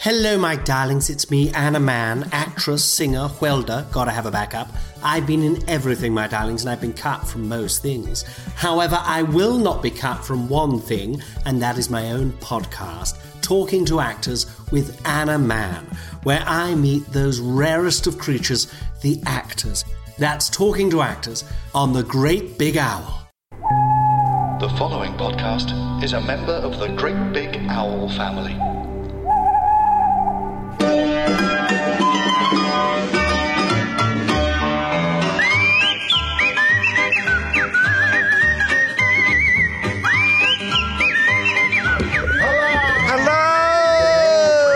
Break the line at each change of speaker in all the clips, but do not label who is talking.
Hello, my darlings. It's me, Anna Mann, actress, singer, welder. Gotta have a backup. I've been in everything, my darlings, and I've been cut from most things. However, I will not be cut from one thing, and that is my own podcast, Talking to Actors with Anna Mann, where I meet those rarest of creatures, the actors. That's Talking to Actors on the Great Big Owl.
The following podcast is a member of the Great Big Owl family.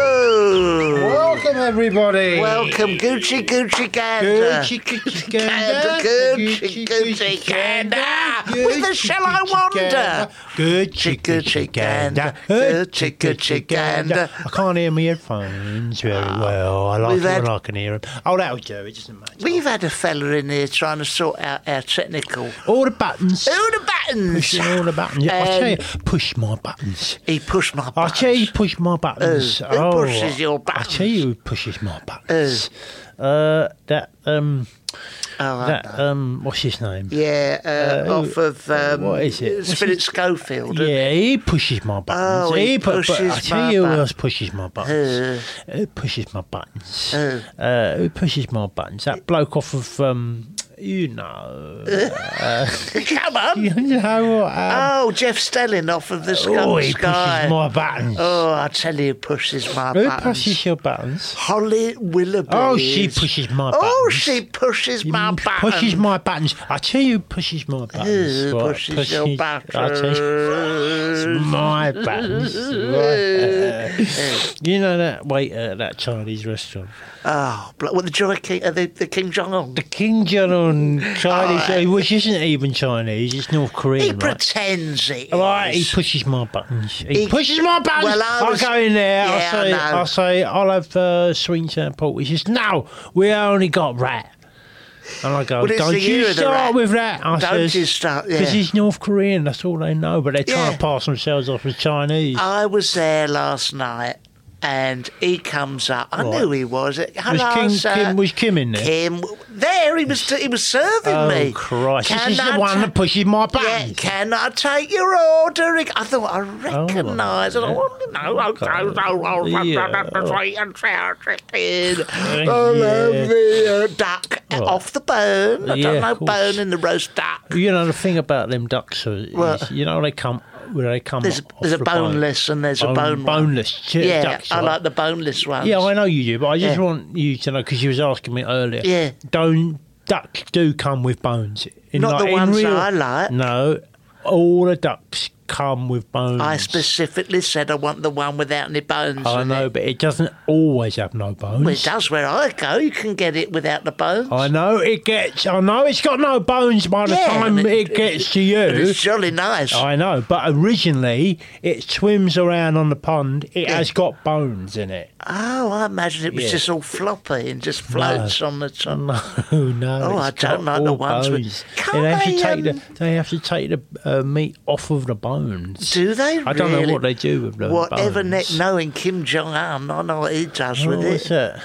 Hello!
Welcome, everybody.
Welcome, Gucci Gucci Uh, Gander.
Gucci, Gucci,
Gander, Gucci Gucci Gander. With the shell I wander.
Gucci,
Gucci
Gucci,
Gander.
Gander.
Gucci Gucci Gander.
I can't hear my headphones very well. I like
we've
it when
had-
I can hear them. Oh, that'll do. It doesn't matter.
We've had a fella in here trying to sort out our technical.
all the buttons.
Oh, the
Pushing all
buttons!
the buttons. Yeah, I tell
Um,
you, push my buttons.
He pushed my
I
buttons.
tell you, push my buttons. Oh,
Who? Who pushes your
I tell you, who pushes my buttons. Uh, that um,
Oh, I
that um, what's his name?
Yeah, uh,
Uh,
off of um,
what is it? What's
Spirit
his-
Schofield.
Yeah, he pushes my buttons.
Oh, he
pu- but
pushes
I tell
my
you who
buttons.
else pushes my buttons. Who pushes my buttons?
Who?
Uh, who pushes my buttons? That bloke off of um, you know,
Come on!
you know what? Um,
Oh, Jeff Stelling off of the
oh,
Scum
he
Sky.
pushes my buttons.
Oh, I tell you, pushes my
who
buttons.
pushes your buttons?
Holly Willoughby.
Oh, she pushes my buttons.
Oh, she pushes my buttons.
Pushes my buttons. I tell you, who pushes my buttons.
Who pushes your
I tell you, it's my buttons. Right. you know that waiter at that Chinese restaurant,
Oh, blo- well, the Joy King, uh, the, the King Jong Un.
the King Jong Un Chinese, which isn't even Chinese. It's North
He
Korean, right? Oh,
pretends it.
Right, he
is.
pushes my buttons. He,
He-
pushes my buttons.
Well, I was-
go in there.
Yeah,
I say,
I know.
I say, I'll have uh, swing and pork. He says, no, we only got rat. And I go,
Well, it's the
don't
year
you
of the
start
rat.
with that. I
Don't
says,
you start- yeah.
Because he's North Korean, that's all they know. But they're trying
Yeah. Uh,
to pass themselves off as Chinese.
I was there last night, and he comes up. I
Right.
knew he was. Hello,
was, Kim,
sir.
Kim, was Kim in there?
Kim, there he was. He was serving
oh,
me.
Christ.
Can
this is
I
the one
ta-
that pushes my
Yeah,
buttons.
can I take your order? I thought I
Oh,
recognise it.
yeah.
Oh, no, I don't know. Oh,
Yeah.
the uh, duck off the bone. I
Yeah,
don't know
of course.
bone in the roast duck.
You know the thing about them ducks uh, is,
What?
you know they come where they come.
There's,
off
there's a
the bone.
boneless and there's a bone.
Bone-
one.
boneless chi-
Yeah,
ducks.
I
right?
like the boneless ones.
Yeah, I know you do, but I just
Yeah.
want you to know because you was asking me earlier.
Yeah.
don't ducks do come with bones? In,
Not the
in
ones
real-
I like.
No, all the ducks come with bones.
I specifically said I want the one without any bones.
I
in
know,
It.
but it doesn't always have no bones.
Well, it does where I go. You can get it without the bones.
I know it gets. I know it's got no bones by the
Yeah,
time
and
it, gets to you.
and It's jolly nice.
I know, but originally it swims around on the pond. It has got bones in it.
Oh, I imagine it was
Yeah.
just all floppy and just floats on the top.
No, no.
Oh, I
it's got
don't like the
all
ones with-
bones.
Can't
they have to
they,
take
um,
the they have to take the uh, meat off of the bones.
Do they?
I don't know
really?
what they do with the
Whatever
bones.
neck knowing Kim Jong Un, I know what he does
Oh,
with
what's
it.
that?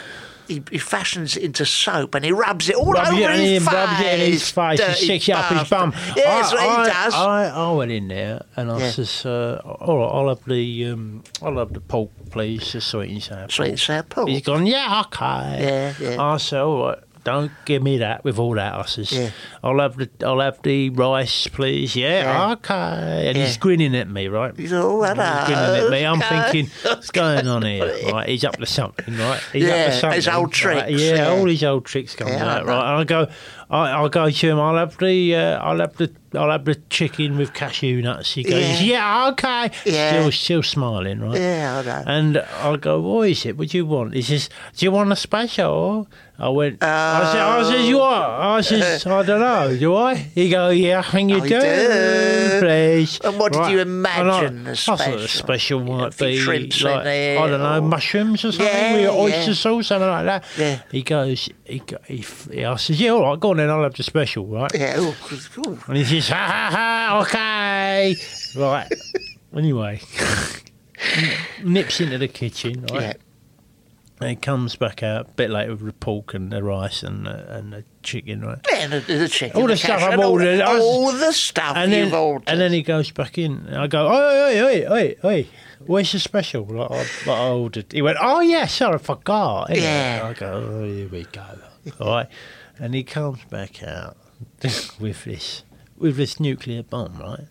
he, he fashions it into soap and he rubs it all
Rubs
over
it in
his
him,
face.
rubs it in his face and
dirty
sticks it up his bum.
bastard. Yeah, that's
I,
what he
I-
does.
I, I went in there and I
Yeah.
says, uh, all right, I'll have the, um, I'll have the pork, please, the sweet and sour.
Sweet and sour pork.
He's gone, yeah, okay.
Yeah, yeah.
I said, all right, don't give me that with all that. I says,
Yeah.
I'll have the, I'll have the rice, please. Yeah,
Yeah.
okay. And he's
Yeah.
grinning at me, right?
He's all, hello.
He's Oh, grinning at me. I'm
okay.
thinking, what's going on here? Right, he's up to something, right? He's
Yeah,
up
his
to something.
old
right?
tricks,
Yeah,
yeah.
all his old tricks come
Yeah, I
out,
know.
right? And I go, I, I'll go to him. I'll have the, uh, I'll have the, I'll have the chicken with cashew nuts. He goes,
Yeah.
yeah, okay.
Yeah.
Still, still smiling, right?
Yeah, I know.
And I go, what is it? What do you want? He says, do you want a special? I went, I said, I says,
Oh.
you are. I says, I don't know, do I? He go, yeah, I think you
I
do,
Oh, do.
please.
And what did you
And I-
imagine the
I thought the
special?
special
Yeah, a
might
few
be,
shrimps in
like,
there
I don't know,
or-
mushrooms or something
Yeah,
with oyster
yeah.
sauce, something like that.
Yeah.
He goes, he, go- he, f- I says, yeah, all right, go on then, I'll have the special, right?
Yeah, oh, ooh, ooh.
And he says, ha ha ha, okay. Right. anyway, nips into the kitchen, right?
Yeah.
And he comes back out a bit later with the pork and the rice and the, and the chicken, right?
Yeah, the, the chicken,
All the
the
stuff
cashew,
I've
and all-
ordered. I was-
All the stuff
And
you've
then,
ordered.
and then he goes back in. And I go, oi, oi, oi, oi, oi, where's the special? Like, I, like I ordered. He went, oh, yeah, sorry, I forgot. Anyway,
Yeah.
I go, oh, here we go. All right. And he comes back out with this, with this nuclear bomb, right?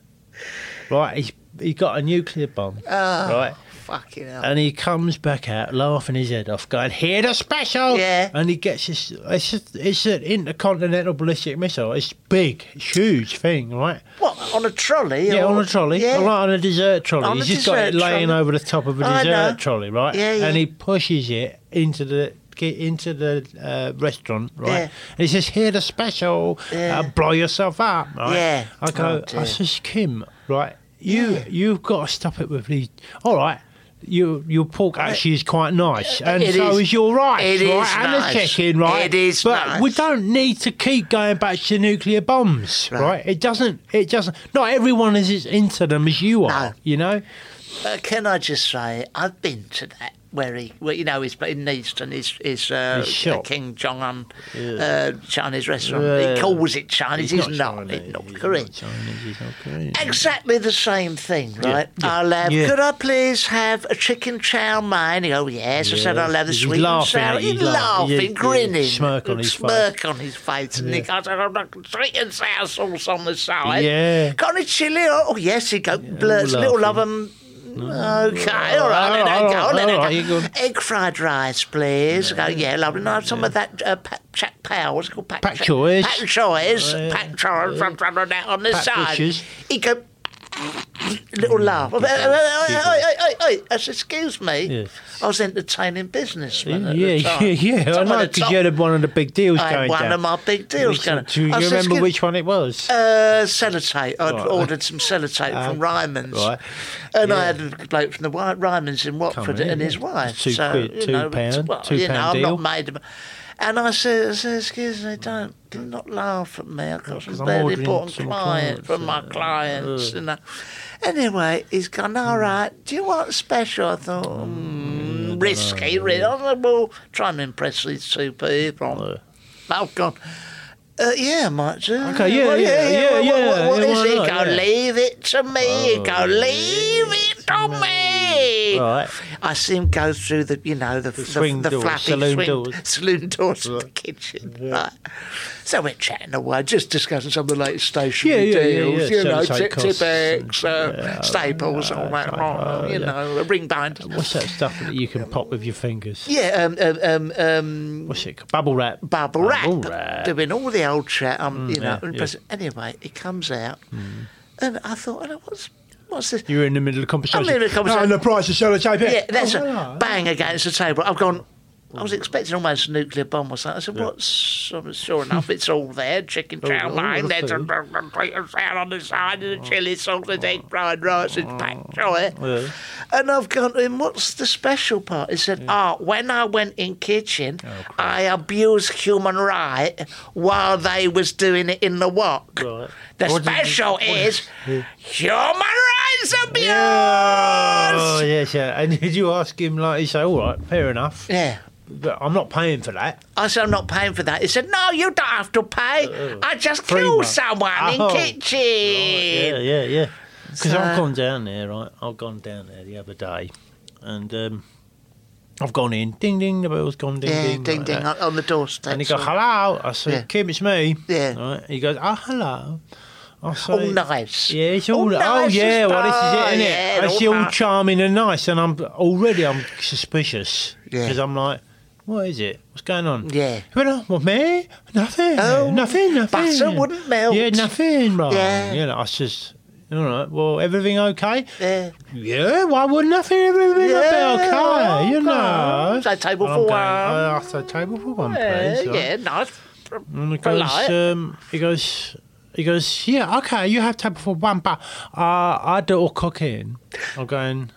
Right, he's, he got a nuclear bomb,
Ah.
right?
Fucking hell.
And he comes back out laughing his head off, going, "Hear the special!"
Yeah.
And he gets this. It's a, it's an intercontinental ballistic missile. It's big, it's huge thing, right?
what, on a trolley?
Yeah,
or-
on a trolley,
Yeah.
All right, on a dessert trolley.
On
He's
a
just got it
dessert
laying
trolley.
over the top of a
I
dessert
know.
trolley, right?
Yeah, yeah.
And he pushes it into the get into the uh, restaurant, right?
Yeah.
And he says, "Hear the special,
Yeah.
uh, blow yourself up." Right?
Yeah.
I go,
Oh, dear.
I says, Kim, right? You you've got to stop it with these. All right. You, your pork actually is quite nice, and
It
so is,
is.
your rice,
It is
right? and
nice.
the chicken, right?
It is
but we
nice.
don't need to keep going back to nuclear bombs, right?
Right.
It doesn't. It doesn't. Not everyone is as into them as you are.
No.
You know.
Uh, can I just say, I've been to that where he, well, you know, he's in Easton, his his uh,
His shop.
King Jong Un uh, Chinese restaurant.
Yeah.
He calls it Chinese, he's, not,
Chinese,
It's not
he's
Korean.
not Chinese, he's not Korean.
Exactly the same thing, right? I'll have,
Yeah.
could I please have a chicken chow mein? He go, yes. I said,
Yes.
I'll have the
He's
sweet and
laughing
sour.
at you,
He's
he's laughing.
laughing,
Yeah, yeah,
grinning.
smirk on his face.
Smirk on his face. And Nick, I said, I've got sweet and sour sauce on the side.
Yeah.
Got any chili? Oh, yes. He go, blurts,
all
little
laughing.
of them. Okay, all right, then
all
I go,
right,
then
all right,
I
you
go.
go.
Egg fried rice, please. I go, yeah, lovely. And I have some of that uh, pa- chak pao, what's it called?
Pak choys.
Pak choys.
Yeah.
Pak choys, from- from- from that on the
Pak
side.
choys.
He go, little laugh. Oi, oi, oi, oi, oi. I said, excuse me.
Yes.
I was entertaining businessmen at
Yeah,
the
yeah,
time.
yeah. I
Some of
know
the
because
top-
you had one of the big deals
I
going
had one
down.
of my big deals
Which-
going.
Do you
I said,
remember
"Excuse-
which one it was?
uh, sellotape. I'd
Right. Uh,
ordered some sellotape from Ryman's,
right.
and I had a bloke from the Wy- Ryman's in Watford
Come in,
and his
yeah.
wife.
Two
so,
quid,
you
two
know, it's-
pound,
well,
two
you know,
pound
I'm
deal.
not made. of- And I said, I said, excuse me, don't do not laugh at me. I've got
'cause
some
I'm
very
ordering
important
some
clients
clients,
from my
uh,
clients. You know. Anyway, he's gone. All
Hmm.
right. Do you want special? I thought. Mm, risky, really. I said, well, try and impress these two people. I've gone. Oh, Uh, yeah, might do.
Okay, yeah,
Well,
yeah, yeah,
What-
yeah,
what- what
yeah,
is
why
it?
not,
Go
yeah.
leave it to me.
Oh,
go leave it to me.
Right.
I see him go through the, you know, the the,
swing
the
doors,
flappy
saloon
swing,
doors.
saloon doors of the kitchen. Right. So we're chatting away, just discussing some of the latest stationery
Yeah, yeah, yeah,
deals,
yeah,
you know,
sellotape
Ti-
costs
Tibex, uh,
and- yeah,
staples, all that, lot, you know, uh, ring binders.
What's that stuff that you can pop with your fingers?
Yeah, um, um, um, um,
What's it? called? Bubble wrap.
bubble wrap,
wrap.
doing all the old chat. Um, you
Mm,
know.
yeah, Mm.
and
yeah.
press- Anyway, it comes out, and I thought, "Oh, what's what's this?
You're in the middle of the conversation.
middle of the conversation.
Oh, and the price of sellotape.
yeah, that's
oh,
a
hello.
bang against the table. I've gone. I was expecting almost a nuclear bomb or something. I said, "What's?" I'm sure enough, it's all there. Chicken
oh,
chow mein,
that's Oh,
there's a sound on the side, and the chili sauce, the egg fried rice, it's packed joy.
Yeah.
And I've gone to him, what's the special part? He said, oh, when I went in kitchen,
Oh,
I abused human right while they was doing it in the wok.
Right.
The
What did you-
special is human rights abuse.
Oh yes, yeah. And did you ask him like he say, "All right, fair enough."
Yeah.
but I'm not paying for that.
I said, I'm not paying for that. He said, No, you don't have to pay. I just
Uh, free
killed
one."
someone
Oh,
in kitchen.
Yeah, yeah, yeah. Because I've
So-
gone down there, right? I've gone down there the other day, and um, I've gone in. Ding ding, the bell's gone. Ding
Yeah,
ding,
ding,
like
ding,
that.
on, on the doorstep.
And he goes,
so-
"Hello." I said,
Yeah.
"Kim, it's me."
Yeah.
Right? He goes, "Oh, hello." I said,
All nice.
eh? Yeah, it's all.
All
oh
nice
yeah,
and
well this is
stuff,
it, isn't
yeah,
it?
all
It's all
nice.
charming and nice, and I'm already I'm suspicious
Yeah.
because I'm like, what is it? What's going on?
Yeah.
Well, no, well, me, nothing,
Oh,
nothing, nothing.
butter wouldn't melt.
Yeah, nothing wrong.
Yeah.
you know, I just. All right. Well, everything okay?
Yeah.
Yeah. Why would nothing? Everything
Yeah,
yeah, okay. You
okay.
know.
So table
And
for
I'm going,
one.
"Oh, I say table for one,
Yeah,
please.
yeah, nice.
And he
Polite.
goes, um, he goes, he goes, yeah, okay, you have time for one, but uh, I do all cooking. I'm going,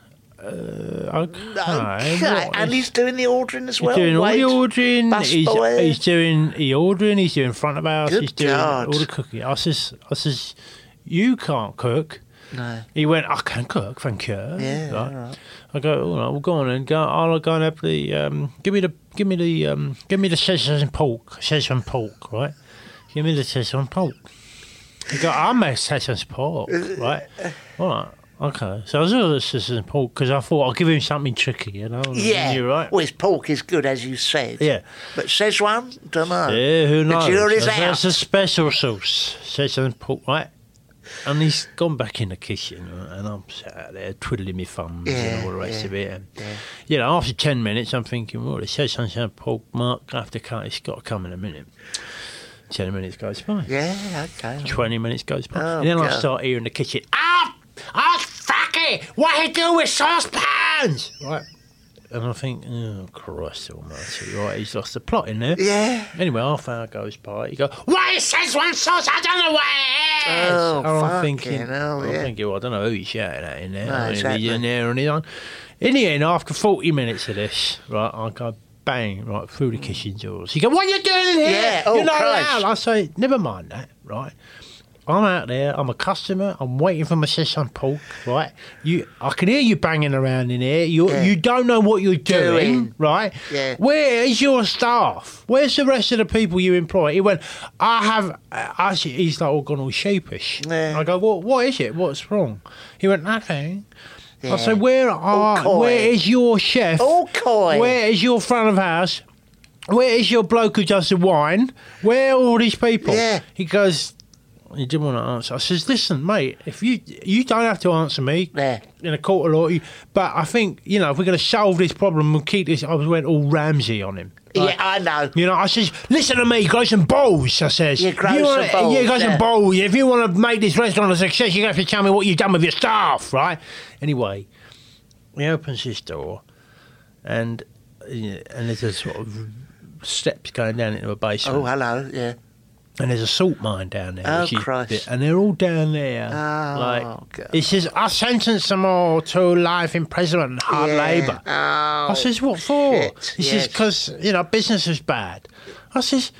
uh, okay.
Okay,
what
and
is-
he's doing the ordering as
he's
well.
doing all the
Wait.
ordering.
bus
He's,
boy.
he's doing he ordering. He's doing front of house.
Good
he's doing
God.
all the cooking. I says, I says, you can't cook.
No.
He went, I can cook, thank you.
Yeah,
Right.
all right.
I go, all right, well, go on and go. I'll go and have the um, give me the give me the um, give me the Szechuan pork, Szechuan pork, right? Give me the Szechuan pork. He go, I'm a Szechuan pork, right? All right. Okay, so I was all the Szechuan pork because I thought I'll give him something tricky, you know.
Yeah.
Mm, you're right.
Well, his pork is good, as you said.
Yeah.
But says one, don't know.
Yeah, who knows?
The jury's
That's-
out.
That's a special sauce. Says and pork, right? And he's gone back in the kitchen, and I'm sat out there twiddling my thumbs
Yeah,
and all the rest
yeah,
of it. And, You know, after ten minutes, I'm thinking, well, it says something about pork, Mark. I have to cut. It's got to come in a minute. Ten minutes goes by.
Yeah, okay.
Twenty minutes goes by.
Oh,
and then I
God.
start hearing the kitchen. Ah, ah, fuck it! What he do with saucepans? Right. And I think, oh Christ Almighty! Right, he's lost the plot in there.
Yeah.
Anyway, half hour goes by. You go, why it says one sauce? I don't know what it is.
Oh,
And I'm
fucking
thinking,
hell,
I'm
yeah.
thinking, well, I don't know who he's shouting at in there.
No,
I mean, if
exactly.
He's in there and he's on. In the end, after 40 minutes of this, right, I go bang right through the kitchen doors. You go, what are you doing in here?
Yeah, oh,
You're not
Christ.
allowed. I say, never mind that, right. I'm out there. I'm a customer. I'm waiting for my session Paul. Right, you. I can hear you banging around in here. You
Yeah.
you don't know what you're doing,
Doing.
right?
Yeah.
Where is your staff? Where's the rest of the people you employ? He went. I have. I see. He's like all gone all sheepish.
Yeah.
I go. Well, what is it? What's wrong? He went nothing. I said, where
coy.
are? Where is your chef?
All coy.
Where is your front of house? Where is your bloke who does the wine? Where are all these people?
Yeah.
He goes, he didn't want to answer. I says, listen, mate, if you you don't have to answer me
Yeah.
in a court of law, you- but I think you know if we're going to solve this problem, we'll keep this. I went all Ramsey on him.
yeah, I know.
You know, I says, listen to me, grow some balls. I says,
Yeah, grow
you
some
wanna,
balls,
Yeah, grow
yeah.
some balls. If you want to make this restaurant a success, you have to tell me what you've done with your staff, right? Anyway, he opens his door, and and there's a sort of steps going down into a basement,
Oh, hello. Yeah.
and there's a salt mine down there.
Oh,
which is-
Christ.
and they're all down there,
Oh,
like
God.
he says, I sentence them all to life imprisonment and hard
Yeah.
labour.
Oh.
I says, what for?
shit,
He
yes.
says, because, you know, business is bad. I says,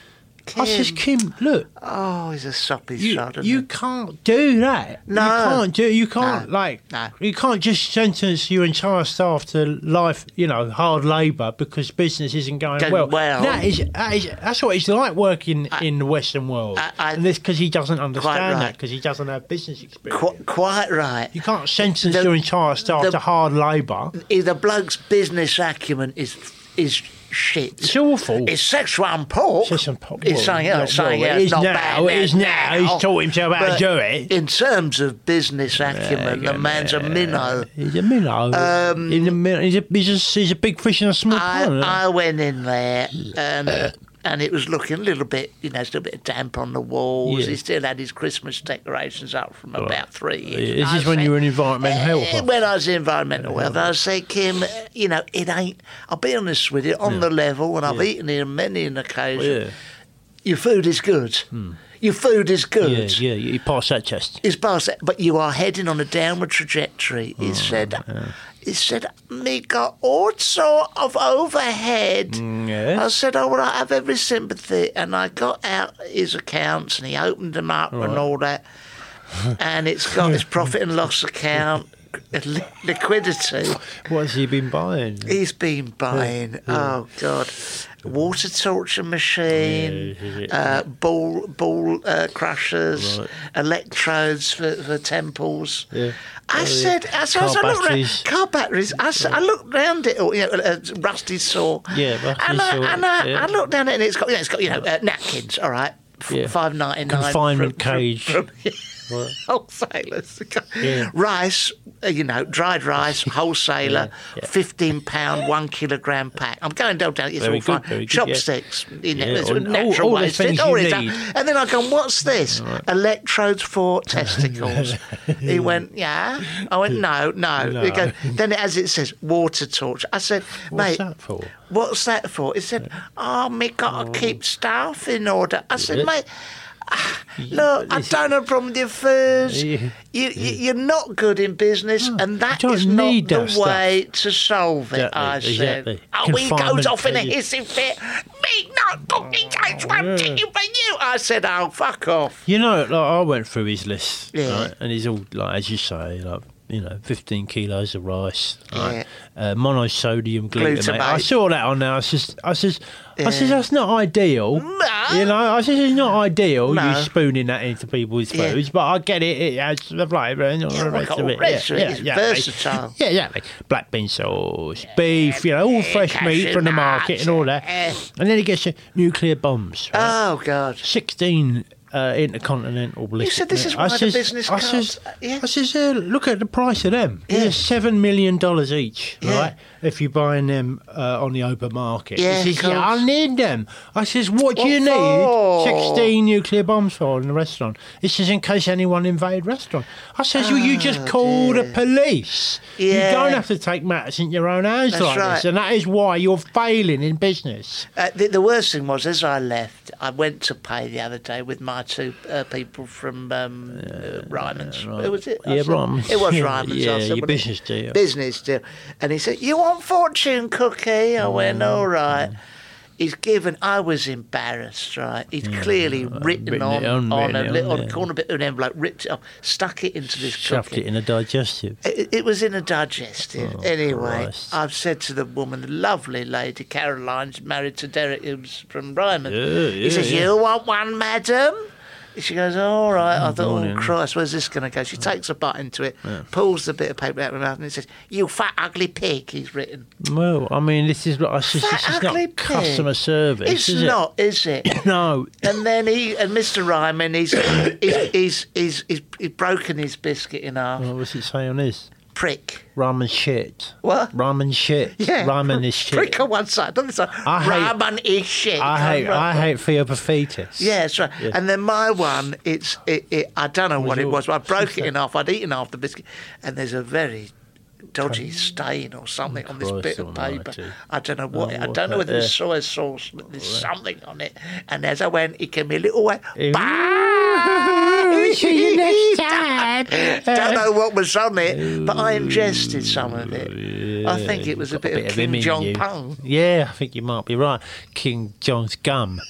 I says, Kim, look,
Oh, he's a soppy
you,
shot. isn't
you
he?
can't do that.
No.
You can't do, you can't,
No,
like,
no.
you can't just sentence your entire staff to life, you know, hard labour because business isn't going
Going
well.
well.
That is, that is, that's what it's like working in the Western world.
I- I-
and this because he doesn't understand that
right.
because he doesn't have business experience.
Qu- quite right.
you can't sentence
The-
your entire staff
the-
to hard labour.
Eh, The bloke's business acumen is is shit.
It's awful.
It's sexual and pork.
It's some pop-
It's
well,
something
not-
else. something
well, it
else.
is
not
now,
bad.
it is now. He's taught himself how to
But
do it.
In terms of business acumen, the man's a minnow.
He's a minnow. he's, a, min- he's, a, he's, a, he's a big fish in a small pond.
Um, I, I went in there and and it was looking a little bit, you know, still a bit of damp on the walls.
Yeah.
He still had his Christmas decorations up from about three years.
This
I
is when
said-
you were in environmental health.
Eh, When I was in environmental health, I say, Kim, eh, you know, it ain't. I'll be honest with you, on the level, and I've eaten it on many an occasion.
Oh, Yeah. Hmm.
Your food is good. Your food is
Yeah,
good.
yeah, you passed that test.
It's past that, but you are heading on a downward trajectory. He said, he said, me got all sort of overhead.
yes.
I said, oh, well, I have every sympathy. And I got out his accounts and he opened them up and all that. And it's got his profit and loss account, li- liquidity
What has he been buying?
he's been buying. Oh God, water torture machine,
Yeah, yeah,
uh, ball ball uh, crushers,
Right.
electrodes for, for temples.
Yeah. Oh,
I
yeah.
said, I, so
Car
I looked
batteries.
round, car batteries. I, s- I looked round it, or you know, a a rusty saw.
Yeah, rusty
and I,
saw,
And I,
yeah.
I looked down it, and it's got, you know, it's got you know uh, napkins. All right.
Yeah.
Five ninety nine
Confinement cage. Right.
wholesalers.
Yeah.
Rice, uh, you know, dried rice, wholesaler,
Yeah, yeah.
fifteen pound, one kilogram pack. I'm going down down. It's
Very
all
good,
fine.
very good, yeah.
Chopsticks, you know,
Yeah,
it's
all-
natural
all- all the
waste. It's
things
all
you
it's done.
need.
And then I go, what's this? Electrodes for testicles. he went, yeah. I went, no, no.
No.
He goes, then as it says, water torch. I said,
What's
mate,
that for?
What's that for? He said, Oh, me gotta keep stuff in order. I said,
Yeah.
Mate, ah, look, I don't have a problem with your furs.
Yeah. Hmm.
You, you, you're not good in business, and that
don't
is not
need
the
that stuff.
way to solve it.
Exactly,
I said,
exactly.
Oh, he goes
Confinement
off in a
cages.
hissy fit. Me not talking cage one
Yeah.
to you, but you. I said, Oh, fuck off.
You know, like I went through his list,
Yeah.
right, and he's all like, as you say, like you know, fifteen kilos of rice,
Yeah.
right, uh, monosodium glutamate.
Glutamate.
I saw that on there. I says, I says, I says, that's not ideal.
Mm.
You know, I says it's not ideal.
No.
You spooning that into people's
Yeah.
foods, but I get it. It adds the flavour and all
Yeah,
the
well,
rest
got
of
all
it.
rest
yeah,
of it.
yeah,
It's
yeah,
versatile.
Yeah, exactly. Black bean sauce, beef. You know, all fresh
cashew
meat from the market
nuts,
and all that.
yeah.
And then he gets you nuclear bombs. right?
Oh, God.
16 uh, intercontinental ballistic.
said this is
missiles.
one
I
of the
says-
business
I
cards.
says,
Yeah.
I says, uh, look at the price of them.
Yeah.
They're seven million dollars each,
Yeah.
right? If you're buying them uh, on the open market.
Yeah,
he says,
of
yeah,
course.
I need them. I says, what do you
What for?
need? Sixteen nuclear bombs for in the restaurant. He says, in case anyone invade restaurant. I says, well, you just call the police.
Ah, Yeah.
You don't have to take matters into your own hands
That's
like
right.
this, and that is why you're failing in business.
Uh, the, the worst thing was, as I left, I went to pay the other day with my two uh, people from um, uh, Ryman's. Who was it? I
Yeah,
said-
Ryman's.
It was
Yeah,
Ryman's. I
yeah,
said,
your
"What is-
business deal."
Business deal. And he said, You want fortune cookie?
Oh,
I went, All right. He's given. I was embarrassed, right? He'd clearly written,
written it
on,
on,
on a
written it
little
on, yeah.
corner bit of an envelope, ripped it off, stuck it into this
Shoved
cookie.
it in a digestive.
It, it was in a digestive. anyway,
Oh, Christ.
I've said to the woman, the lovely lady, Caroline's married to Derek who's from Ryman. he
yeah,
says,
yeah. Mm,
You want one, madam? She goes, All right. I
go
thought,
on
Oh,
then."
Christ, where's this going to go?
Mm.
She takes a bite into it, pulls the bit of paper out of her mouth, and it says, You fat, ugly pig, he's written.
Well, I mean, this is I just,
fat,
this is
ugly
not
pig.
customer service.
It's
is
not, is it?
It? No.
And then he and Mr. Ryman, he's he's, he's, he's, he's, he's broken his biscuit in half.
What was it say on this?
Prick.
Ramen shit.
What?
Ramen shit.
Yeah.
Ramen is shit.
Prick on one side, on the other side.
I hate-
Ramen is shit.
I hate I
Ramen.
hate Theopa fetus.
Yeah, that's right. And then my one, it's it, it, I don't know what it
yours?
was, but I broke it in half. I'd eaten half the biscuit, and there's a very dodgy stain or something on this
Christ
bit of paper.
almighty.
I don't know what. it, I
what
don't know
the-
whether it's
yeah.
soy sauce, but there's something on it. And as I went, it gave me a little way.
Bye. See you next time.
Don't know what was on it, but I ingested some of it. I think it was a
Got
bit, of
him
Kim
in
Jong
you.
Pong.
Yeah, I think you might be right. King John's gum.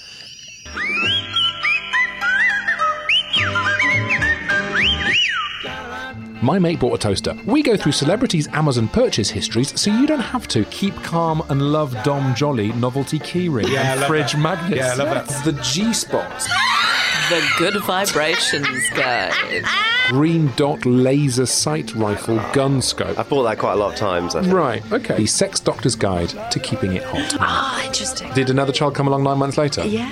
My mate bought a toaster. We go through celebrities' Amazon purchase histories so you don't have to. Keep calm and love Dom Jolly novelty keyring
Yeah, I
and
love
fridge
that.
magnets.
Yeah, I love that.
The G spots,
The Good Vibrations Guide.
green dot laser sight rifle gun scope.
I've bought that quite a lot of times. I think.
Right, okay. The Sex Doctor's Guide to Keeping It Hot.
Ah, interesting.
Did another child come along nine months later?
Yeah.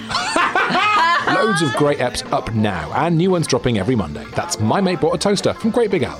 Loads of great apps up now, and new ones dropping every Monday. That's My Mate Bought a Toaster from Great Big Al.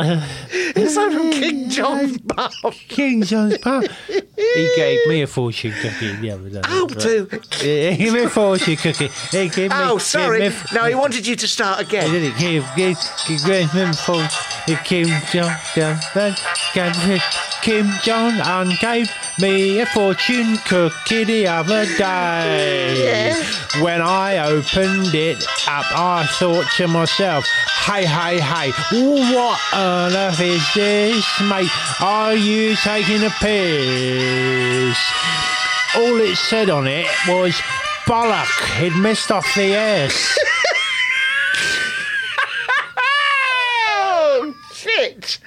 Is that from King John's pub?
King John's pub. He gave me a fortune cookie the other day.
Oh, do-
He gave me a fortune cookie. He gave me, gave
Oh,
me
sorry.
a f-
No, he wanted you to start
He
again.
didn't give, give, give, give him for it Kim Jong Jong then gave me- Kim Jong Un gave me a fortune cookie the other day. When I opened it up, I thought to myself, "Hey, hey, hey, what on earth is this, mate? Are you taking a piss?" all it said on it was bollock. It missed off the S.
Oh, shit.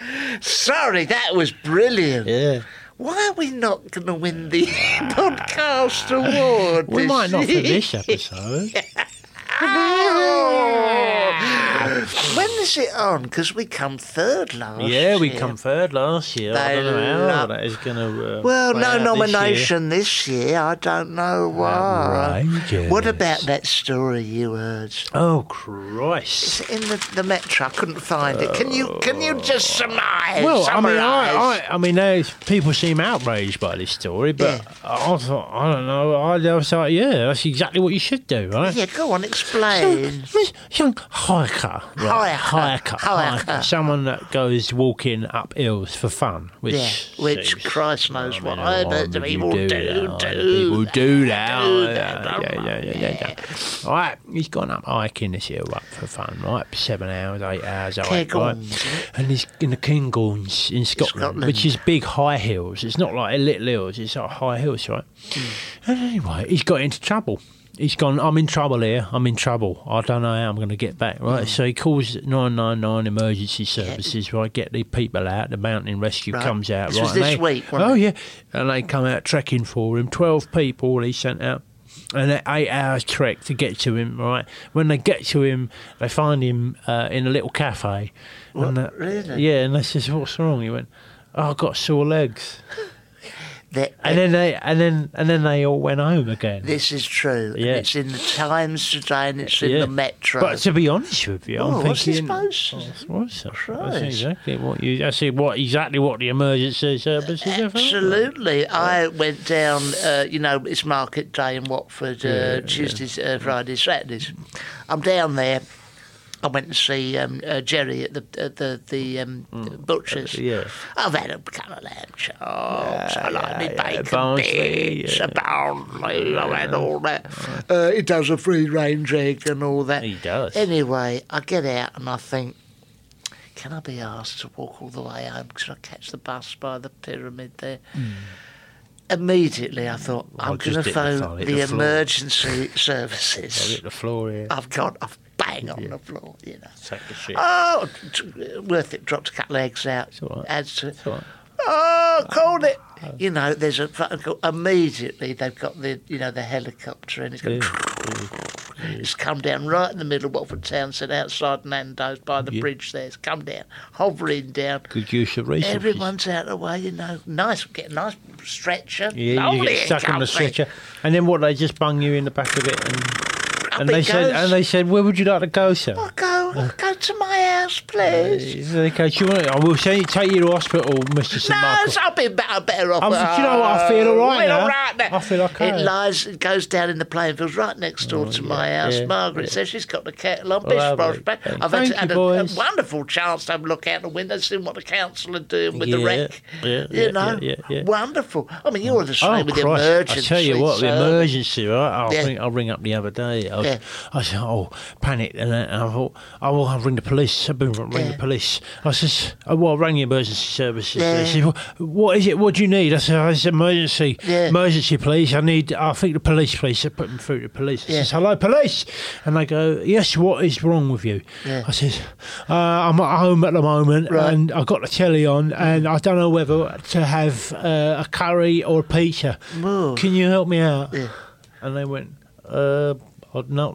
Sorry, that was brilliant.
Yeah.
Why are we not going to win the podcast award?
we
this
might not for
year?
this episode.
when is it on? Because we come third last.
yeah, we
year.
come third last year. I
They
don't know how
love-
that is going to. Uh,
Well,
play
no
out this
nomination this year. I don't know why. What
Outrageous.
about that story you heard?
year. Oh Christ!
It's in the, the metro. I couldn't find it. Can you can you just surmise?
Well, I mean,
summarise?
I, I, I mean, they- people seem outraged by this story, but I thought, I don't know. I was like, yeah, that's exactly what you should do, right?
yeah, go on, explain.
Miss Young hiker, right? Hiker,
Hiker, hiker.
hiker. Someone that goes walking up hills for fun, which
yeah, which Christ knows what I bet
would you
people do,
do
do,
that? people do that.
do
Oh,
that,
yeah,
don't
yeah, yeah, yeah, yeah, yeah. All right, he's gone up hiking this hill up for fun, right? Seven hours, eight hours, all right, right?
Cairngorms, isn't
And he's in the Cairngorms in Scotland,
Scotland.
which is big high hills. It's not like little hills, it's like high hills, right?
Hmm.
And anyway, he's got into trouble. He's gone, I'm in trouble here, I'm in trouble. I don't know how I'm going to get back,
Hmm.
right? So he calls 999 emergency services, right? Get the people out, the mountain rescue
Right.
comes out,
This
right?
was
and
this
they-
week, wasn't
Oh,
it?
yeah. And they come out trekking for him. 12 people he sent out. And an eight hours trek to get to him, right? When they get to him, they find him uh, in a little cafe. and uh,
Really?
Yeah, and they says, What's wrong? He went, Oh, I've got sore legs.
That-
And then they and then and then they all went home again.
This is true.
Yeah.
And it's in the Times today and it's in
Yeah.
the Metro.
But to be honest with you,
Oh,
I'm
what's this
thinking "Oh,
post?
what's that?
Christ.
That's exactly what you I see what exactly what the emergency services are for.
Absolutely. I went down, uh, you know, it's market day in Watford, uh, Tuesdays, Uh, Fridays, Saturdays. I'm down there. I went to see um, uh, Jerry at the at the the um, butchers.
Mm. Uh, yeah.
I've had a couple of lamb chops. I like me
yeah,
bacon
Barnsley,
bits, a Barnsley. I've had all that. Uh, he does a free range egg and all that.
Uh-huh. He does.
Anyway, I get out and I think, can I be asked to walk all the way home? Because I catch the bus by the pyramid there. Immediately, I thought,
Hmm. I'll
I'm
just
going to
hit the
phone
floor,
the,
hit the floor.
emergency
I'll
services.
hit the floor here.
I've gone, I've lying on the floor, you know.
Sack of shit.
Oh, t- worth it. Drops a couple of eggs out. Adds to it. Oh,
Um,
called it. You know, there's a immediately they've got the you know the helicopter and it's going. It's come down right in the middle of Watford Town Centre, outside Nando's by the
Yeah.
bridge. There, it's come down, hovering down.
Good use of resources.
Everyone's out of the way, you know. Nice, get a nice stretcher.
Yeah, you
Lovely
get stuck on the
comfy.
stretcher, and then what? They just bung you in the back of it, and, and they
it
said,
goes.
and they said, where would you like to go, sir?
Go, go to my house, please.
So they go, "Do you want? I will send you, take you to hospital, Mister St.
No,
Michael."
so I've been better, better off.
I'm- do you know what? I feel all right
Feel
now.
all right now.
I feel okay. Oh,
It lies, it goes down in the playing fields right next door to my house.
yeah,
Margaret says she's got the kettle on. Bish,
Lovely.
bosh, bash.
Thank
I've had,
you,
to- had a, a
boys.
wonderful chance to have a look out the window, see what the council are doing with the
Yeah,
wreck.
yeah,
you
yeah,
know,
yeah, yeah, yeah.
wonderful. I mean, you're the same
Oh,
with
Christ.
the emergency.
I tell you what, the
so-
emergency, right? I'll,
Yeah.
ring, I'll ring up the other day. I, was,
Yeah.
I said, oh, panicked. And, that, and I thought, oh, well, I'll ring the police. I've been ring the police. I said, oh, well, I rang the emergency services.
Yeah.
They said, "Well, what is it? What do you need? I said, oh, it's emergency.
Yeah.
Emergency, please. I need, I think the police, please. They put me through to the police. I
Yeah.
says, hello, police. And they go, yes, what is wrong with you?
Yeah.
I says, uh, I'm at home at the moment
Right. Mm.
and I've got the telly on and I don't know whether to have uh, a curry or a pizza.
Whoa.
Can you help me out?
Yeah.
And they went, uh, I not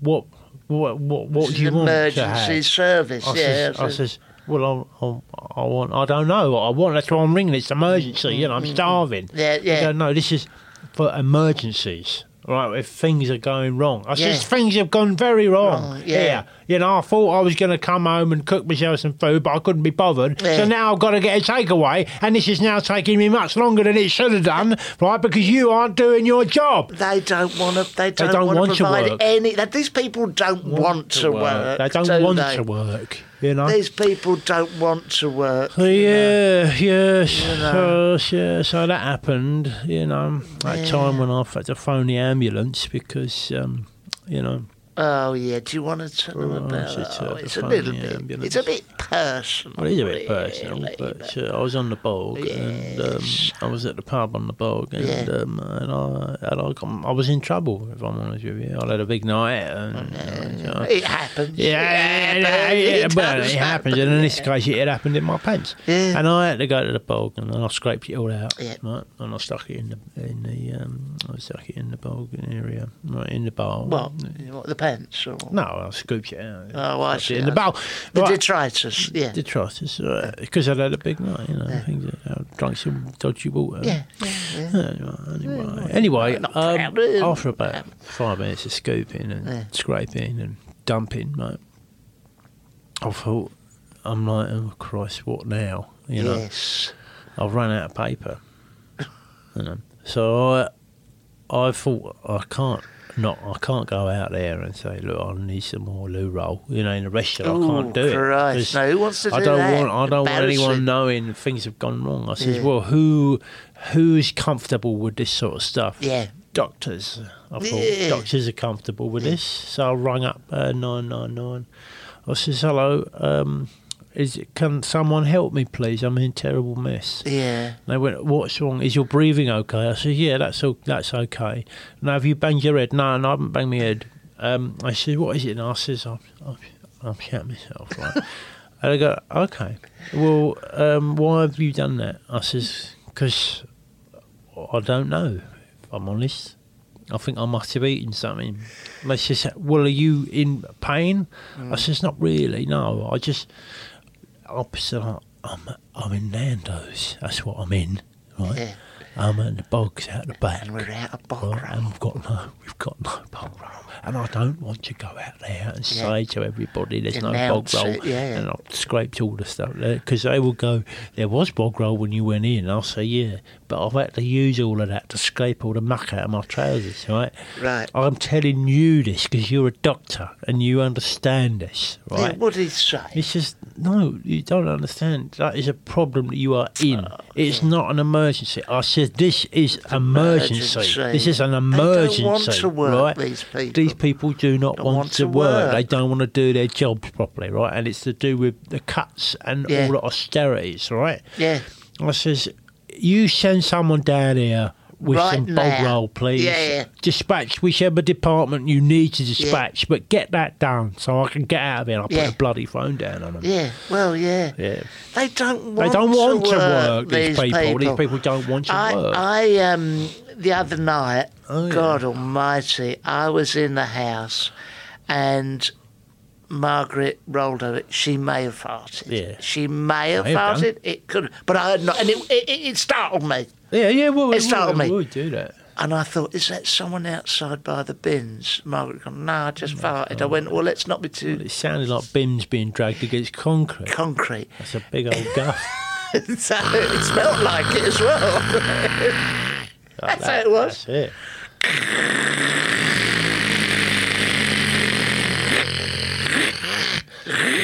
what, what, what, what
This
do you
is
want to have?
emergency service,
I
yeah,
Says, I
so-
says, Oh, well, I, I, I want, I don't know what I want. That's why I'm ringing. It's emergency. You know, I'm starving.
Mm, Yeah,
They
yeah.
go, no, this is for emergencies. Right, if things are going wrong, I says
Yeah.
things have gone very wrong.
Wrong, yeah.
here. you know, I thought I was going to come home and cook myself some food, but I couldn't be bothered. So
Yeah.
now I've got to get a takeaway, and this is now taking me much longer than it should have done, right? Because you aren't doing your job.
They don't want to. They don't,
don't
want,
want
to
to
provide
work.
any. That these people don't want, to work.
They don't
do
want
they?
to work. You know.
These people don't want to work.
Oh, yeah, yes, Oh,
know.
yes, yes. So that happened, you know, that
Yeah.
time when I had to phone the ambulance because, um, you know,
Oh yeah, do you want to tell them
Oh, it's
about?
a
It? Oh, it's a
telephone,
little
yeah,
bit.
ambulance.
It's a bit personal.
well, it is a bit personal, but uh, I was on the bog and um, I was at the pub on the bog and
Yeah.
um, and I and I, got, I was in trouble. If I'm honest with you, I had a big night.
Oh,
And, you know,
It happens.
Yeah,
it
yeah,
happens.
yeah,
It
but
does
it happens, and in this case, it happened in my pants. And I had to go to the er bog, and I scraped it all out,
Yeah.
right? And er I stuck it in the in the um, I stuck it in the bog area, er right in the bowl.
What? what the pants? Or?
No, I scooped it out.
Oh, I
Stuck
see.
it in the
I
bowl.
see. The
Right.
detritus. Yeah.
er Detritus, because I'd had a big night, you know. Things, I drank some dodgy water.
yeah. yeah, yeah.
Anyway, anyway um,
proud of him.
after about five minutes of scooping and
Yeah.
scraping and dumping, mate, I thought, I'm like, oh Christ, what now? You know,
Yes.
I've run out of paper. you know, so I, I thought I can't not I can't go out there and say, look, I need some more loo roll. You know, in the restaurant, I
Ooh,
can't do
Oh, Christ.
it. 'cause
No, who wants to
I
do
don't
that?
want I don't want anyone
Embarrassing.
knowing things have gone wrong. I says,
Yeah.
well, who who's comfortable with this sort of stuff?
Yeah.
doctors. I thought
Yeah.
doctors are comfortable with this, so I rang up uh, nine nine nine. I says, hello. Um, is it, can someone help me, please? I'm in a terrible mess.
Yeah.
And they went, "What's wrong? Is your breathing okay?" I said, "Yeah, that's all, that's okay." Now, have you banged your head? No, no, I haven't banged my head. Um, I said, "What is it?" And I says, "I'm, I'm, I'm shouting myself." Right? and I go, "Okay, well, um, why have you done that?" I says, "Because I don't know. If I'm honest, I think I must have eaten something." And they says, "Well, are you in pain?" I says, "Not really. No, I just." opposite. I- I'm I'm in Nando's. That's what I'm in. Right.
Yeah.
I'm in the bogs out the back.
And we're out of bog
Right, and um, we've got no, we've got no bog roll, and I don't want to go out there and
Yeah.
say to everybody there's no
Announce
bog roll,
it, yeah.
and I've scraped all the stuff there because they will go. There was bog roll when you went in. And I'll say yeah, but I've had to use all of that to scrape all the muck out of my trousers, right?
Right.
I'm telling you this because you're a doctor and you understand this,
Yeah,
right?
what did he say?
It's just no, you don't understand. That is a problem that you are in.
Oh,
It's not an emergency. I said this is emergency.
emergency.
This is an
They don't want
emergency.
to
right?
work, these people.
These people do not
Don't
want,
want
to
to
work.
work.
They don't want to do their jobs properly, right? And it's to do with the cuts and
Yeah.
all the austerities, right?
Yeah.
I says, you send someone down here with
Right
some bog
now.
roll, please.
Yeah, yeah.
Dispatch whichever department you need to
Yeah.
dispatch, but get that down so I can get out of here. and I'll
Yeah.
put a bloody phone down on them.
Yeah, well, yeah.
Yeah.
They don't
They
want
don't want to
to
work, these
these
people.
people.
These people don't want to
I,
work. Oh,
I um, the other night, God Almighty, I was in the house, and Margaret rolled over. She may have farted.
Yeah.
She may have
May have done.
farted. It could, but I heard not, and it, it, it, it startled me.
Yeah, yeah, well,
It
it
startled
would,
me.
it would do that.
And I thought, is that someone outside by the bins? Margaret gone, no, I just
Oh
farted. I went, well, let's not be too
It sounded like bins being dragged against concrete.
concrete.
That's a big old guff.
so it smelled like it as well. that's how it was.
Ah, That's it.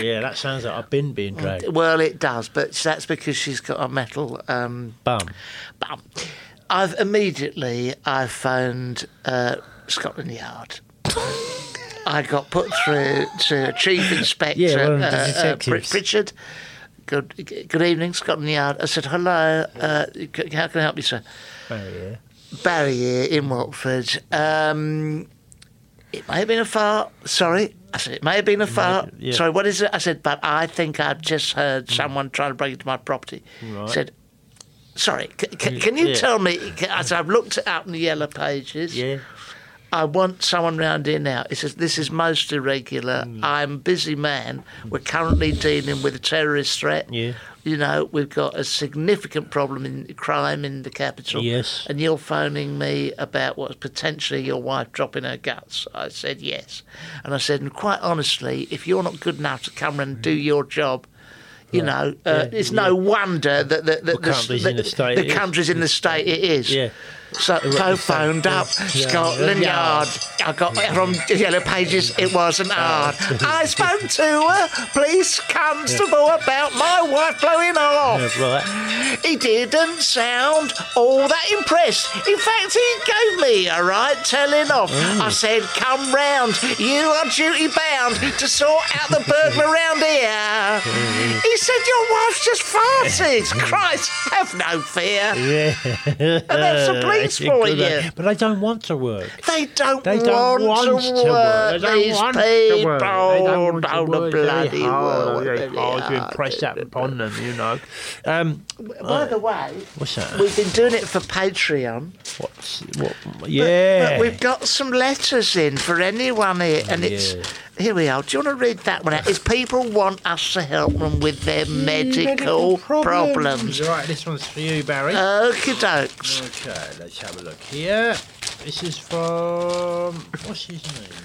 yeah, that sounds like a bin being dragged.
Well, it does, but that's because she's got a metal um,
Bum.
bum. I've immediately I phoned uh, Scotland Yard. I got put through to Chief Inspector
Yeah, one of the
uh, uh,
detectives.
Pritchard. Good, good evening, Scotland Yard. I said hello. Uh, c- how can I help you, sir?
Barry, Oh, yeah.
Barry here in Watford. Um, it may have been a fart. Sorry. I said, it may have been a fart.
yeah.
Sorry, what is it? I said, but I think I've just heard someone trying to break into my property.
Right.
said, sorry, c- c- can you
Yeah.
tell me? c- I said, I've looked it up in the yellow pages.
Yeah.
I want someone round here now. He says, This is most irregular.
Hmm.
I'm a busy man. We're currently dealing with a terrorist threat.
Yeah.
You know, we've got a significant problem in crime in the capital.
Yes.
And you're phoning me about what's potentially your wife dropping her guts. I said, Yes. And I said, And quite honestly, if you're not good enough to come and do your job, you know, uh,
Yeah,
it's
yeah.
no wonder that the, the,
The country's in the state it
the
is.
country's in the state it is.
Yeah.
So, so phoned up
Yeah.
Scotland
Yeah.
Yard. I got it from Yellow Pages. It wasn't hard. I spoke to a police constable about my wife blowing off.
Yeah, right.
He didn't sound all that impressed. In fact, he gave me a right telling off.
Oh.
I said, "Come round. You are duty bound to sort out the burglar round here." he said, "Your wife's just farted. Christ, have no fear."
Yeah.
that's the police for
Good, uh,
you.
But they don't want to work.
They don't,
They don't
want,
want
to
to work.
work.
They don't
These
want
people
to work. They don't want to
down the
work. Very
bloody
hard,
world.
very
Bloody
hard to
hard.
impress that upon them, you know. Um,
By the way,
what's that?
we've been doing it for Patreon.
What's, what, yeah. Oh,
But we've got some letters in for anyone here, and it's.
yeah.
Here we are. Do you want to read that one out? It's people want us to help them with their Mm, medical, problems. Uh,
Right, this one's for you, Barry.
Okey dokes.
Okay, let's have a look here. This is from. What's his name?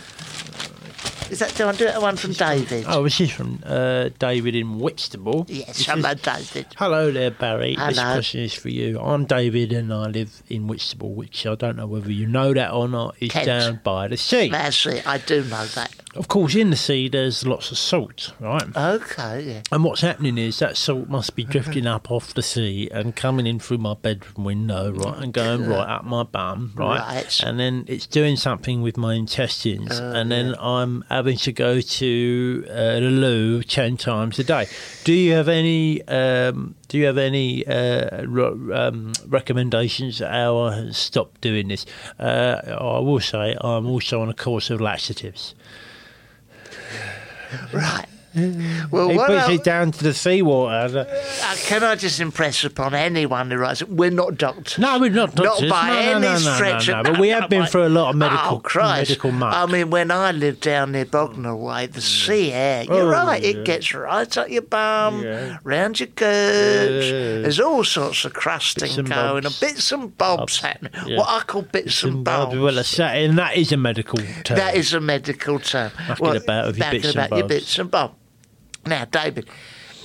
Is that the one? Do it one from David.
Oh, this is from uh, David in Whitstable.
yes,
This
hello,
is-
David.
Hello there, Barry. This
Hello.
question is for you. I'm David and I live in Whitstable, which I don't know whether you know that or not, is
Kent.
down by the sea.
That's it. I do know that.
Of course, in the sea, there's lots of salt, right?
Okay, yeah.
And what's happening is that salt must be drifting up off the sea and coming in through my bedroom window, right, and going right up my bum, right?
Right.
And then it's doing something with my intestines, and then I'm having to go to uh, the loo ten times a day. Do you have any? Um, do you have any uh, ro- um, recommendations how I stop doing this? Uh, I will say I'm also on a course of laxatives.
Right. Well,
He
what
puts
else-
it down to the seawater.
Uh, can I just impress upon anyone who writes it, we're not doctors.
No, we're not doctors.
Not by
No, no,
any
no, no, no,
stretch.
no,
of-
but we have been
by-
through a lot of medical-
oh, Christ.
medical muck.
I mean, when I lived down near Bognor Way, the sea air, you're
Oh,
right,
yeah.
it gets right up your bum,
Yeah.
round your gooch.
Yeah.
There's all sorts of crusting
Bits and
going
bobs.
on, bits and bobs happening.
yeah.
What I call bits, and bobs.
Well, that's that, and that is a medical term.
That is a medical term.
Back and about of your
back
bits and
about your
bobs.
bits and bobs. Now, David,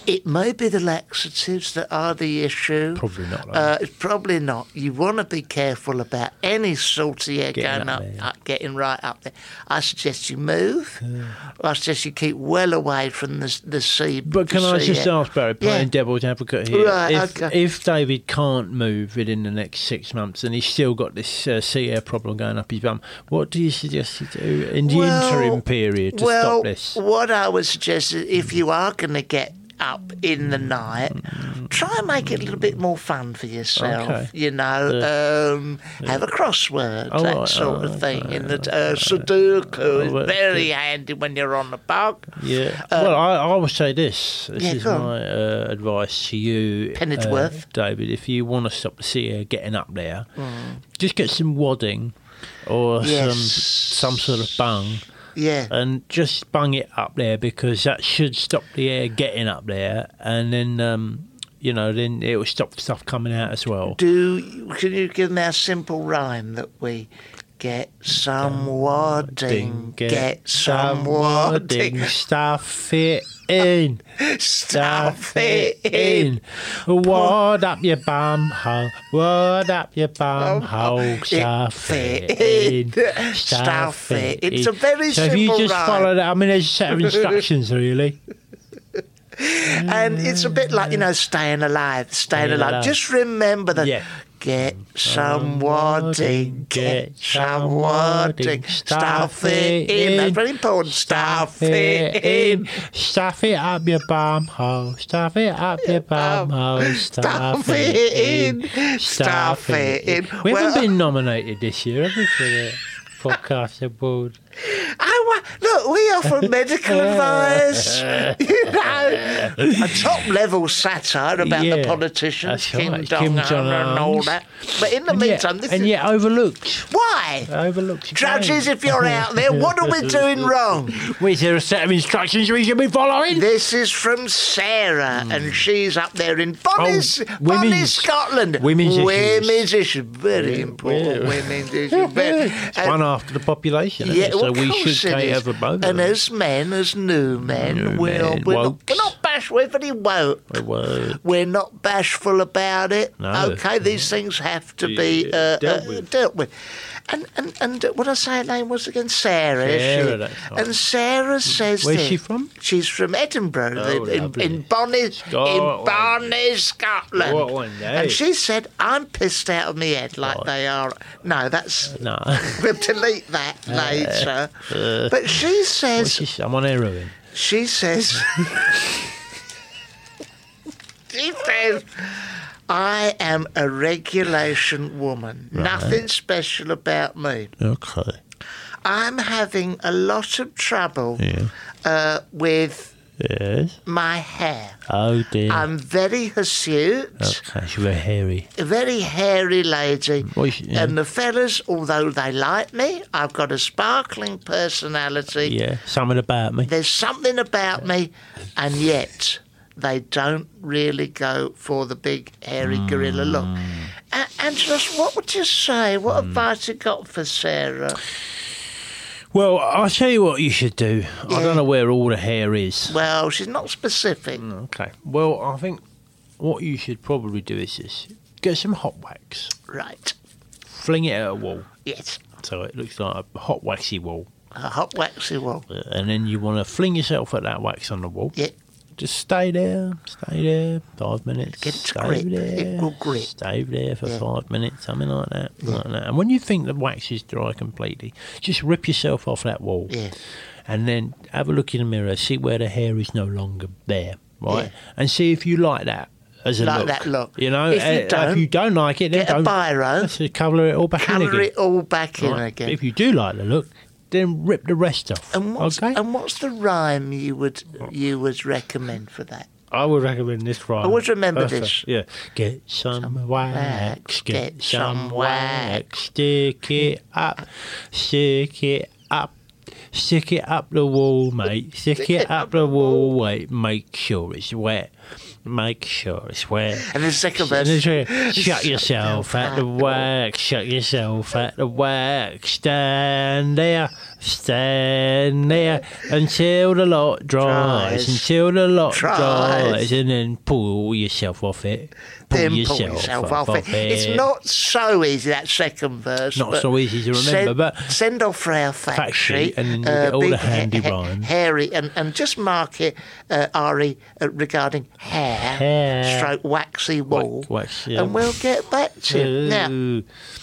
it may be the laxatives that are the issue.
Probably not, though.
Uh, it's probably not. You want to be careful about any salty air
Getting
going
up
up,
there.
up- getting right up there. I suggest you move. I suggest you keep well away from the the sea.
But can
the
I
sea
just
air.
ask, Barry, playing devil's advocate here,
Right,
if,
okay.
if David can't move within the next six months and he's still got this uh, sea air problem going up his bum, what do you suggest he do in the
Well,
interim period to
well,
stop this?
What I would suggest is if you are going to get up in the night. Try and make it a little bit more fun for yourself.
Okay.
You know, um, have a crossword,
Oh,
that
right,
sort of thing. In the uh, Sudoku is
well,
very handy when you're on the bug.
Yeah.
Uh,
well, I, I would say this. This
Yeah,
is
go on.
my uh, advice to you,
Pennyworth.
uh, David. If you want to stop the sea getting up there,
Mm.
just get some wadding or
Yes.
some some sort of bung.
Yeah.
And just bung it up there because that should stop the air getting up there, and then um, you know then it will stop stuff coming out as well.
Do can you give me a simple rhyme that we get some wadding, get, some wadding,
stuff it in,
stuff
it in. Wad up your bum hole, wad up your
Oh,
bum hole, stuff it in, stuff it in.
It's a very
so if you
simple
just
rhyme.
follow that, I mean, there's a set of instructions really.
and it's a bit like you know staying alive, staying
Staying
alive.
alive.
Just remember that. Get some wadding, get some wadding, stuff it in. That's very important. Stuff it in.
Stuff it up your bum hole, stuff it up your bum hole, stuff,
um, Stuff it in.
stuff it in. We haven't been nominated this year, have we, for the podcast award?
I wa- look, we offer medical advice, you know, a top level satire about the
Yeah,
politicians,
that's
Kim
right,
Jong
Kim
Un and all
Jong-un's.
that. But in the
And yet-
meantime, this
and
is
yet overlooked.
why
Overlooked.
judges. If you're out there, what are we doing wrong?
Is there a set of instructions we should be following?
This is from Sarah, and she's up there in Bonnie's, Bonnie's
Hmm. Oh, women's-
Scotland.
women's issues.
women's issues, very important.
yeah.
Women's issues, very-
It's one half of the population, isn't it? so
well, of
we should
course it
take
is.
over both.
And
of them.
as men, as new men, we'll,
men,
we're, not,
wokes.
we're not bashful, everybody woke.
It was-
We're not bashful about it.
No.
Okay, these things have to be
Yeah,
uh,
dealt
uh,
with.
dealt with. And and and uh, what I say her name was again Sarah. is
Sarah,
she?
that's right.
And Sarah says,
Where's
this.
she from?
She's from Edinburgh,
Oh,
the- in,
lovely.
in Bonnie, in
Scotland.
Bonnie, Scotland.
Scotland, eh?
And she said, "I'm pissed out of my head, like they are." No, that's
No.
We'll delete that
Uh,
later. But she says,
She's- I'm on heroin.
she says, she says, I am a regulation woman.
Right.
Nothing special about me.
Okay.
I'm having a lot of trouble
Yeah.
uh, with
Yes.
my hair.
Oh dear.
I'm very hirsute.
okay. She's very hairy.
a very hairy lady.
Well, she- yeah.
And the fellas, although they like me, I've got a sparkling personality.
Yeah. Something about me.
There's something about me, and yet they don't really go for the big hairy gorilla look. Uh, Angelus, what would you say? What advice you got for Sarah?
Well, I'll tell you what you should do. I don't know where all the hair is.
Well, she's not specific.
Okay. Well, I think what you should probably do is this: get some hot wax,
Right.
fling it at a wall,
Yes.
so it looks like a hot waxy wall,
A hot waxy one.
and then you want to fling yourself at that wax on the wall.
Yeah.
Just stay there, stay there, five minutes.
Get
stay
grip, it
there,
will grip.
Stay there for
Yeah.
five minutes, something like that, like that. And when you think the wax is dry completely, just rip yourself off that wall.
Yeah.
and then have a look in the mirror, see where the hair is no longer there, right?
Yeah.
And see if you like that as a
Like
look.
that look.
You know,
If you
uh,
don't,
if you don't like it, then
get a
don't.
biro.
That's to colour it all back in
Colour
again.
it all back in
right?
again.
If you do like the look, then rip the rest off.
and what's
okay.
and what's the rhyme you would you would recommend for that?
I would recommend this rhyme.
always remember
Bertha,
this.
Yeah. Get some,
wax,
wax, get,
get some
some wax, stick it up, stick it up. Stick it up the wall, mate. Stick it up the wall, wait. Make sure it's wet. Make sure it's wet.
And the second
And
verse.
it's, uh, Shut yourself at the wax. Shut yourself at the wax. Stand there. Stand there until the lot dries.
Dries.
Until the lot
Dries.
dries. And then pull yourself off it. Pull
Then
yourself,
pull yourself
off, it.
It's not so easy that second verse.
Not
but
so easy to remember,
send,
but-
send off for our
Fact
factory, uh,
sheet, and then you'll get all the
big
handy
ha- ha-
rhymes.
hairy, and, and just mark it, E, uh, Ari, uh, regarding hair. hair,
Hair.
stroke waxy wool,
Wax, yeah.
and we'll get back to it. Now,
Ooh.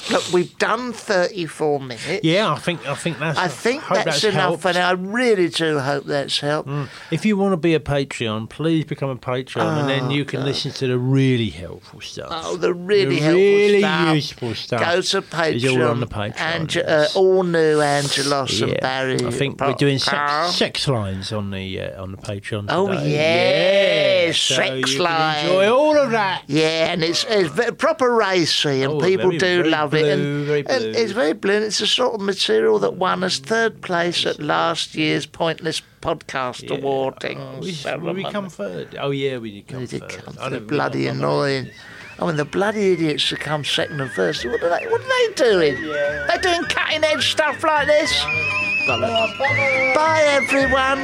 look, we've done 34 minutes.
Yeah, I think I think that's.
I think
hope
that's, enough,
helped.
and I really do hope that's helped.
If you want to be a Patreon, please become a Patreon, and then you can listen to the really helpful stuff.
Oh, the really helpful
really
stuff.
useful stuff.
Go to Patreon.
Is all on the Patreon.
Ange- uh, all new Angelos and
Yeah.
Barry.
I think we're doing
podcast.
sex, sex lines on the uh, on the Patreon.
Oh yeah,
today. so
sex
you can
line.
Enjoy all of that.
Yeah, and it's, it's ve- proper racy, and
Oh,
people
very-
do
very
love it. And,
blue, very
and
blue.
it's very blue. And it's the sort of material that won us third place at last year's Pointless Podcast Award thing.
We,
ceremony.
we come third. Oh yeah, we did come third. I
They're
don't-
bloody annoying. I mean, the bloody idiots that come second and first. What are they? What are they doing? They're doing cutting edge stuff like this. Bye, everyone.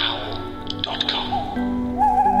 GreatBigOwl.com.